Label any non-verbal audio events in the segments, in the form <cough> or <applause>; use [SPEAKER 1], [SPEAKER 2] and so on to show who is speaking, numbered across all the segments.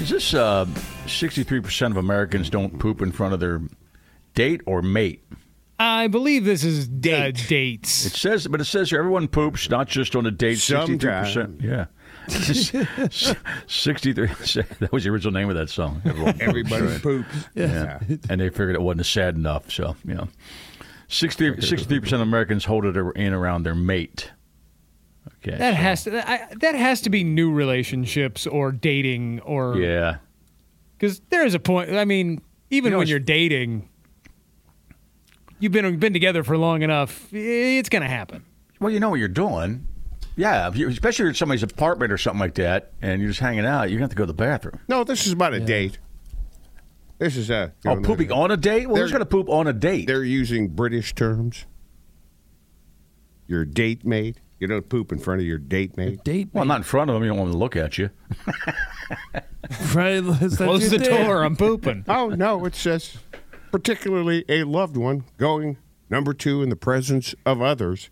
[SPEAKER 1] Is this uh, 63% of Americans don't poop in front of their date or mate?
[SPEAKER 2] I believe this is
[SPEAKER 3] Date.
[SPEAKER 2] uh, dates.
[SPEAKER 1] It says, but it says here everyone poops, not just on a date. Sixty-three
[SPEAKER 3] Sometime.
[SPEAKER 1] percent. Yeah, <laughs> sixty-three. <laughs> That was the original name of that song. Everyone
[SPEAKER 3] Everybody
[SPEAKER 1] Poops, right?
[SPEAKER 3] poops.
[SPEAKER 1] Yeah. and they figured it wasn't sad enough. So yeah, 63 percent of Americans hold it in around their mate. Okay,
[SPEAKER 2] that
[SPEAKER 1] so,
[SPEAKER 2] has to that, I, that has to be new relationships or dating or
[SPEAKER 1] yeah.
[SPEAKER 2] because there is a point. I mean, even
[SPEAKER 1] know,
[SPEAKER 2] when
[SPEAKER 1] it's-
[SPEAKER 2] you're dating, you've been been together for long enough. It's gonna happen.
[SPEAKER 1] Well, you know what you're doing. Yeah, if you- especially in somebody's apartment or something like that, and you're just hanging out. You're gonna have to go to the bathroom.
[SPEAKER 3] No, this is about a date. This is a.
[SPEAKER 1] Oh, pooping on a date? Well, who's
[SPEAKER 3] They're-
[SPEAKER 1] gonna poop on a date?
[SPEAKER 3] They're using British terms. Your date mate. You don't poop in front of your date mate.
[SPEAKER 4] Date
[SPEAKER 1] Well, not in front of them. You don't want them to look at you.
[SPEAKER 4] right? Let's-
[SPEAKER 2] Close
[SPEAKER 4] let's
[SPEAKER 2] the
[SPEAKER 4] do that.
[SPEAKER 2] door. I'm pooping.
[SPEAKER 3] Oh no, it says particularly a loved one going number two in the presence of others.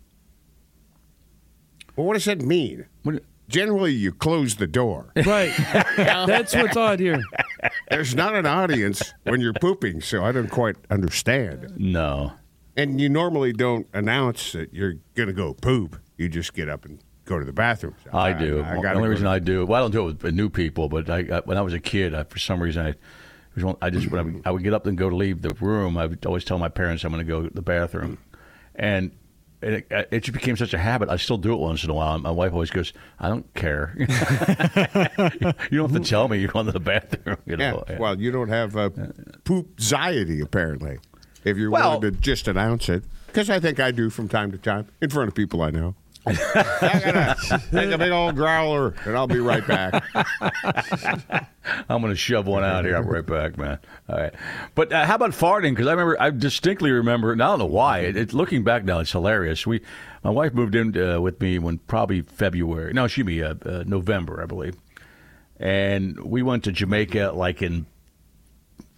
[SPEAKER 3] Well, what does that mean?
[SPEAKER 1] What-
[SPEAKER 3] Generally, you close the door.
[SPEAKER 4] <laughs> Right. That's what's odd here.
[SPEAKER 3] There's not an audience when you're pooping, so I don't quite understand.
[SPEAKER 1] No.
[SPEAKER 3] And you normally don't announce that you're going to go poop. You just get up and go to the bathroom. So
[SPEAKER 1] I do.
[SPEAKER 3] I,
[SPEAKER 1] the
[SPEAKER 3] gotta
[SPEAKER 1] only
[SPEAKER 3] go
[SPEAKER 1] reason
[SPEAKER 3] to-
[SPEAKER 1] I do. Well, I don't do it with new people, but I, I when I was a kid, I, for some reason, I it was one, I just when I would, I would get up and go to leave the room, I would always tell my parents I'm going to go to the bathroom, and. And it, it just became such a habit. I still do it once in a while. My wife always goes, "I don't care. <laughs> you don't have to tell me you're going to the bathroom." You know?
[SPEAKER 3] Yeah. Well, you don't have uh, poop anxiety apparently. If you're
[SPEAKER 1] Well-
[SPEAKER 3] willing to just announce it, because I think I do from time to time in front of people I
[SPEAKER 1] <laughs>
[SPEAKER 3] know. I gotta take a big old growler, and I'll be right back.
[SPEAKER 1] I'm going to shove one out here. I'm right back,
[SPEAKER 3] <laughs>
[SPEAKER 1] man. All right. But uh, how about farting? Because I remember, I distinctly remember, and I don't know why. It, it, looking back now, it's hilarious. We, my wife moved in uh, with me when probably February. No, she me uh, uh, November, I believe. And we went to Jamaica like in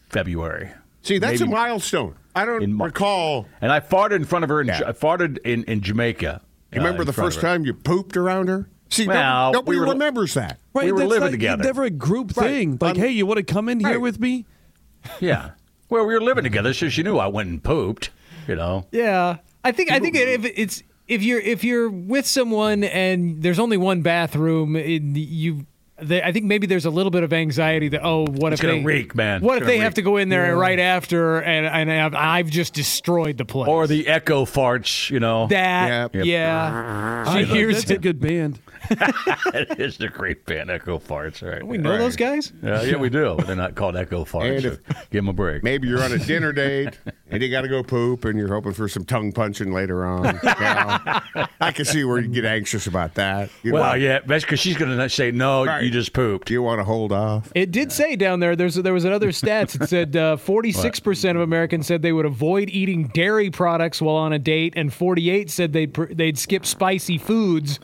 [SPEAKER 1] February.
[SPEAKER 3] See, that's
[SPEAKER 1] Maybe-
[SPEAKER 3] a milestone. I don't
[SPEAKER 1] In March.
[SPEAKER 3] recall.
[SPEAKER 1] And I farted in front of her. In,
[SPEAKER 3] Yeah.
[SPEAKER 1] I farted in, in Jamaica. uh,
[SPEAKER 3] You remember the first time you pooped around her? See, no-
[SPEAKER 1] Well,
[SPEAKER 3] nobody
[SPEAKER 1] we were-
[SPEAKER 3] remembers that.
[SPEAKER 1] We were
[SPEAKER 4] that's
[SPEAKER 1] living
[SPEAKER 4] like-
[SPEAKER 1] together.
[SPEAKER 4] Never a group
[SPEAKER 3] Right.
[SPEAKER 4] thing. Like,
[SPEAKER 3] Um,
[SPEAKER 4] hey, you want to come in
[SPEAKER 3] right.
[SPEAKER 4] here with me?
[SPEAKER 1] Yeah. Well, we were living together, so she knew I went and pooped, you know.
[SPEAKER 2] Yeah, I think I think if it's if you're if you're with someone and there's only one bathroom, in you. They, I think maybe there's a little bit of anxiety that oh, what
[SPEAKER 1] It's
[SPEAKER 2] if
[SPEAKER 1] gonna
[SPEAKER 2] they
[SPEAKER 1] reek, man.
[SPEAKER 2] What
[SPEAKER 1] It's
[SPEAKER 2] if
[SPEAKER 1] gonna
[SPEAKER 2] they have
[SPEAKER 1] reek.
[SPEAKER 2] to go in there right after and and I've, I've just destroyed the place
[SPEAKER 1] Or the echo farts, you know.
[SPEAKER 2] that
[SPEAKER 3] Yep.
[SPEAKER 2] yeah. She
[SPEAKER 4] I thought,
[SPEAKER 2] hears
[SPEAKER 4] that's a
[SPEAKER 2] it.
[SPEAKER 4] good band.
[SPEAKER 1] <laughs> That is the great band, Echo Farts. All right.
[SPEAKER 2] We know those guys.
[SPEAKER 1] Yeah, yeah, we do. They're not called Echo Farts.
[SPEAKER 3] And if-
[SPEAKER 1] so give them a break.
[SPEAKER 3] Maybe you're on
[SPEAKER 1] <laughs>
[SPEAKER 3] a dinner date and you got to go poop, and you're hoping for some tongue punching later on. Yeah. I can see where you get anxious about that. You
[SPEAKER 1] well,
[SPEAKER 3] want-
[SPEAKER 1] yeah, that's because she's going to say, no,
[SPEAKER 3] Right.
[SPEAKER 1] you just pooped.
[SPEAKER 3] You want to hold off?
[SPEAKER 2] It did say down there. There's there was another stats.
[SPEAKER 1] <laughs>
[SPEAKER 2] It said forty six percent of Americans said they would avoid eating dairy products while on a date, and forty eight said they would they'd skip spicy foods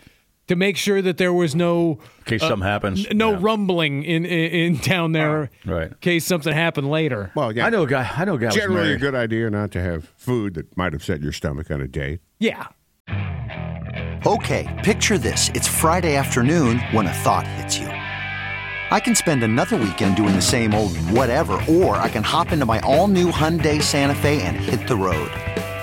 [SPEAKER 2] to make sure that there was no
[SPEAKER 1] In
[SPEAKER 4] Uh,
[SPEAKER 1] case something happens.
[SPEAKER 2] n- no
[SPEAKER 1] Yeah.
[SPEAKER 2] rumbling in, in in down there.
[SPEAKER 1] Right.
[SPEAKER 2] In case something happened later.
[SPEAKER 3] Well, yeah.
[SPEAKER 1] I know a guy. I know a guy. was
[SPEAKER 3] Generally, a
[SPEAKER 1] married.
[SPEAKER 3] good idea not to have food that might upset your stomach on a date.
[SPEAKER 2] Yeah.
[SPEAKER 5] Okay, picture this. It's Friday afternoon when a thought hits you. I can spend another weekend doing the same old whatever, or I can hop into my all new Hyundai Santa Fe and hit the road.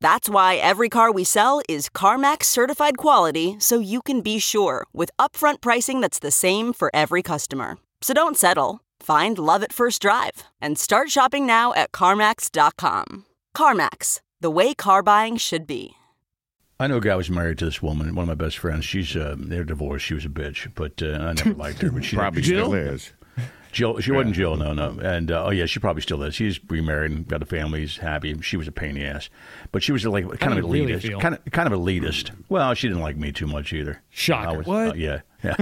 [SPEAKER 6] That's why every car we sell is CarMax certified quality so you can be sure with upfront pricing that's the same for every customer. So don't settle. Find love at first drive and start shopping now at CarMax.com. CarMax, the way car buying should be.
[SPEAKER 1] I know a guy was married to this woman, one of my best friends. She's uh, they're divorced. She was a bitch, but uh, I never liked her. But she
[SPEAKER 3] Probably
[SPEAKER 1] she-
[SPEAKER 3] still is.
[SPEAKER 1] Jill, she wasn't Jill, no, no. And uh, oh yeah, she probably still is. He's remarried and got a family. He's happy. She was a pain in the ass, but she was like kind of
[SPEAKER 2] do you really
[SPEAKER 1] elitist,
[SPEAKER 2] feel?
[SPEAKER 1] kind of kind of elitist. Well, she didn't like me too much either.
[SPEAKER 2] Shocker.
[SPEAKER 1] I was-
[SPEAKER 4] What?
[SPEAKER 1] uh, yeah, <laughs> yeah.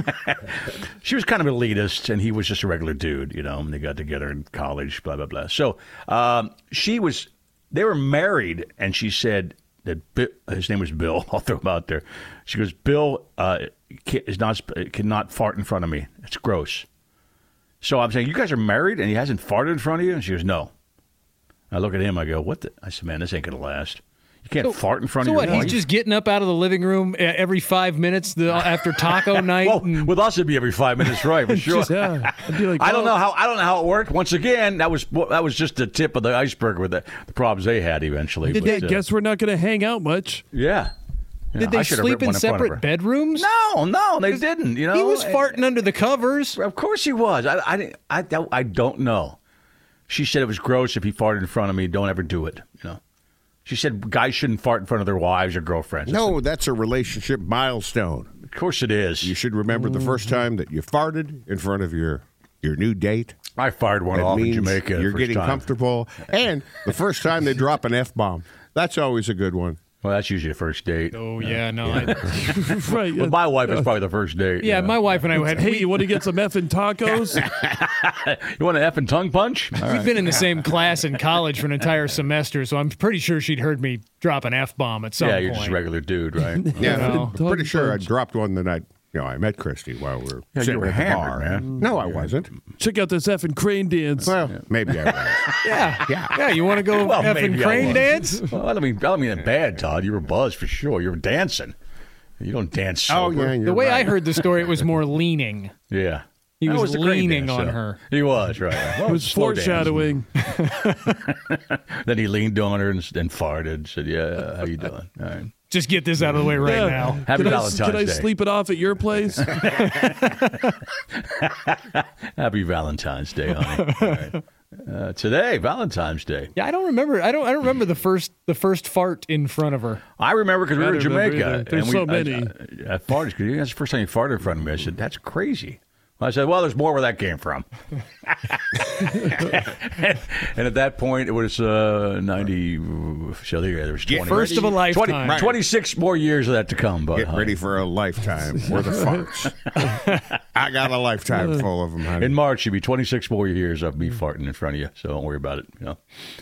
[SPEAKER 1] she was kind of elitist, and he was just a regular dude, you know. And they got together in college, blah blah blah. So um, she was. They were married, and she said that Bi- his name was Bill. <laughs> I'll throw him out there. She goes, Bill uh, ca- is not sp- cannot fart in front of me. It's gross. So I'm saying, you guys are married and he hasn't farted in front of you? And she goes, no. I look at him, I go, what the? I said, man, this ain't going to last. You can't fart in front
[SPEAKER 2] So
[SPEAKER 1] of
[SPEAKER 2] what?
[SPEAKER 1] your wife.
[SPEAKER 2] He's just getting up out of the living room uh, every five minutes the, after
[SPEAKER 1] <laughs>
[SPEAKER 2] taco night.
[SPEAKER 1] well,
[SPEAKER 2] and- uh,
[SPEAKER 1] with us, it'd be every five minutes, right?
[SPEAKER 2] <laughs>
[SPEAKER 1] For sure.
[SPEAKER 4] Just, yeah. I'd be like,
[SPEAKER 1] I don't
[SPEAKER 4] oh.
[SPEAKER 1] know how I don't know how it worked. Once again, that was that was just the tip of the iceberg with the, the problems they had eventually.
[SPEAKER 4] Did
[SPEAKER 1] but,
[SPEAKER 4] they,
[SPEAKER 1] uh,
[SPEAKER 4] guess we're not going to hang out much.
[SPEAKER 1] yeah. Yeah,
[SPEAKER 2] did
[SPEAKER 1] I
[SPEAKER 2] they
[SPEAKER 1] should've
[SPEAKER 2] sleep
[SPEAKER 1] ripped
[SPEAKER 2] in
[SPEAKER 1] one front of her.
[SPEAKER 2] separate bedrooms?
[SPEAKER 1] No, no, they didn't. You know,
[SPEAKER 2] He was
[SPEAKER 1] And-
[SPEAKER 2] farting under the covers.
[SPEAKER 1] Of course he was. I, I, didn't- I, that- I don't know. She said it was gross if he farted in front of me. Don't ever do it. You know. She said guys shouldn't fart in front of their wives or girlfriends.
[SPEAKER 3] No, that's a relationship milestone.
[SPEAKER 1] Of course it is.
[SPEAKER 3] You should remember the
[SPEAKER 1] Mm.
[SPEAKER 3] first time that you farted in front of your your new date.
[SPEAKER 1] I fired one
[SPEAKER 3] That
[SPEAKER 1] off in
[SPEAKER 3] means
[SPEAKER 1] Jamaica. the
[SPEAKER 3] You're
[SPEAKER 1] first
[SPEAKER 3] getting
[SPEAKER 1] time.
[SPEAKER 3] comfortable, and the first time they drop an f bomb. That's always a good one.
[SPEAKER 1] Well, that's usually a first date.
[SPEAKER 2] Oh yeah,
[SPEAKER 1] <laughs>
[SPEAKER 2] no. I,
[SPEAKER 4] right.
[SPEAKER 1] With my wife, it's probably the first date.
[SPEAKER 2] yeah,
[SPEAKER 1] you know.
[SPEAKER 2] my wife and I had
[SPEAKER 4] hey, you want to get some effing tacos?
[SPEAKER 1] You want an f and tongue punch? All
[SPEAKER 2] We've
[SPEAKER 1] right.
[SPEAKER 2] been in the same class in college for an entire semester, so I'm pretty sure she'd heard me drop an f bomb at some
[SPEAKER 1] yeah,
[SPEAKER 2] point.
[SPEAKER 1] you're just a regular dude, right?
[SPEAKER 3] Yeah,
[SPEAKER 2] Wow.
[SPEAKER 3] I'm pretty sure I dropped one the night. You know, I met Christy while we were
[SPEAKER 1] Yeah, you
[SPEAKER 3] sitting
[SPEAKER 1] were
[SPEAKER 3] at the
[SPEAKER 1] hammered,
[SPEAKER 3] bar.
[SPEAKER 1] man.
[SPEAKER 3] No, I wasn't.
[SPEAKER 4] Check out this effing crane dance.
[SPEAKER 3] Well, maybe I was.
[SPEAKER 2] yeah, yeah, You want to
[SPEAKER 1] <laughs>
[SPEAKER 2] go
[SPEAKER 1] Well,
[SPEAKER 2] f
[SPEAKER 1] maybe
[SPEAKER 2] and
[SPEAKER 1] I
[SPEAKER 2] crane
[SPEAKER 1] was.
[SPEAKER 2] dance?
[SPEAKER 1] well, I don't mean I don't mean it bad, Todd. You were buzzed for sure. You were dancing. You don't dance.
[SPEAKER 3] oh
[SPEAKER 1] sober.
[SPEAKER 3] yeah, you're
[SPEAKER 2] The way I
[SPEAKER 3] right.
[SPEAKER 2] heard the story, it
[SPEAKER 1] <laughs>
[SPEAKER 2] was more leaning.
[SPEAKER 1] Yeah.
[SPEAKER 2] He
[SPEAKER 1] That
[SPEAKER 2] was
[SPEAKER 1] the crane
[SPEAKER 2] leaning
[SPEAKER 1] dance,
[SPEAKER 2] on
[SPEAKER 1] though.
[SPEAKER 2] her.
[SPEAKER 1] He was, right. Well,
[SPEAKER 4] It was
[SPEAKER 1] Oh, slow dance.
[SPEAKER 4] foreshadowing.
[SPEAKER 1] Then he leaned on her and, and farted. Said, "Yeah, how you doing? All right,
[SPEAKER 2] Just get this out of the way right
[SPEAKER 4] Yeah.
[SPEAKER 2] now.
[SPEAKER 1] happy
[SPEAKER 4] Can I,
[SPEAKER 1] Valentine's
[SPEAKER 4] can I
[SPEAKER 1] Day.
[SPEAKER 4] sleep it off at your place?
[SPEAKER 1] Happy Valentine's Day, honey. All right. uh, today, Valentine's Day.
[SPEAKER 2] <laughs> Yeah, I don't remember. I don't. I don't remember the first the first fart in front of her.
[SPEAKER 1] I remember because we
[SPEAKER 4] I
[SPEAKER 1] were in
[SPEAKER 4] don't remember
[SPEAKER 1] Jamaica.
[SPEAKER 4] either. There's
[SPEAKER 1] and we,
[SPEAKER 4] so many.
[SPEAKER 1] I, I, I farted because that's the first time you farted in front of me. I said, "That's crazy." I said, "Well, there's more where that came from." <laughs> and at that point, it was uh, ninety. So there, there was
[SPEAKER 3] Get
[SPEAKER 1] twenty.
[SPEAKER 2] First of a lifetime.
[SPEAKER 1] 20, 26 more years of that to come, but
[SPEAKER 3] Get
[SPEAKER 1] honey.
[SPEAKER 3] ready for a <laughs> lifetime worth of farts. I got a lifetime full of them, honey.
[SPEAKER 1] In March, you'll be 26 more years of
[SPEAKER 2] Mm.
[SPEAKER 1] me farting in front of you, so don't worry about it. You know,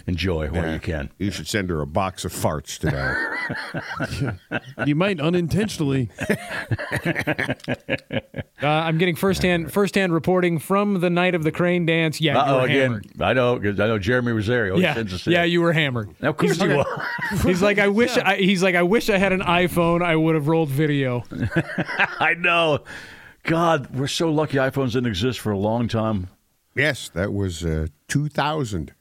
[SPEAKER 1] enjoy while you can.
[SPEAKER 3] you should send her a box of farts today.
[SPEAKER 4] you might
[SPEAKER 1] <laughs>
[SPEAKER 4] unintentionally.
[SPEAKER 2] Uh, I'm getting firsthand firsthand reporting from the night of the crane dance. Yeah, you
[SPEAKER 1] Uh oh,
[SPEAKER 2] were
[SPEAKER 1] again, Oh,
[SPEAKER 2] hammered.
[SPEAKER 1] I know because I know Jeremy Rosario. he
[SPEAKER 2] Yeah,
[SPEAKER 1] sends us in.
[SPEAKER 2] yeah, you were hammered.
[SPEAKER 1] Now, of
[SPEAKER 2] <laughs>
[SPEAKER 1] course
[SPEAKER 2] He's-
[SPEAKER 1] you will.
[SPEAKER 2] He's like, I wish. I, he's like, I wish I had an iPhone. I would have rolled video.
[SPEAKER 1] <laughs> I know. God, we're so lucky iPhones didn't exist for a long time.
[SPEAKER 3] yes, that was uh, 2000.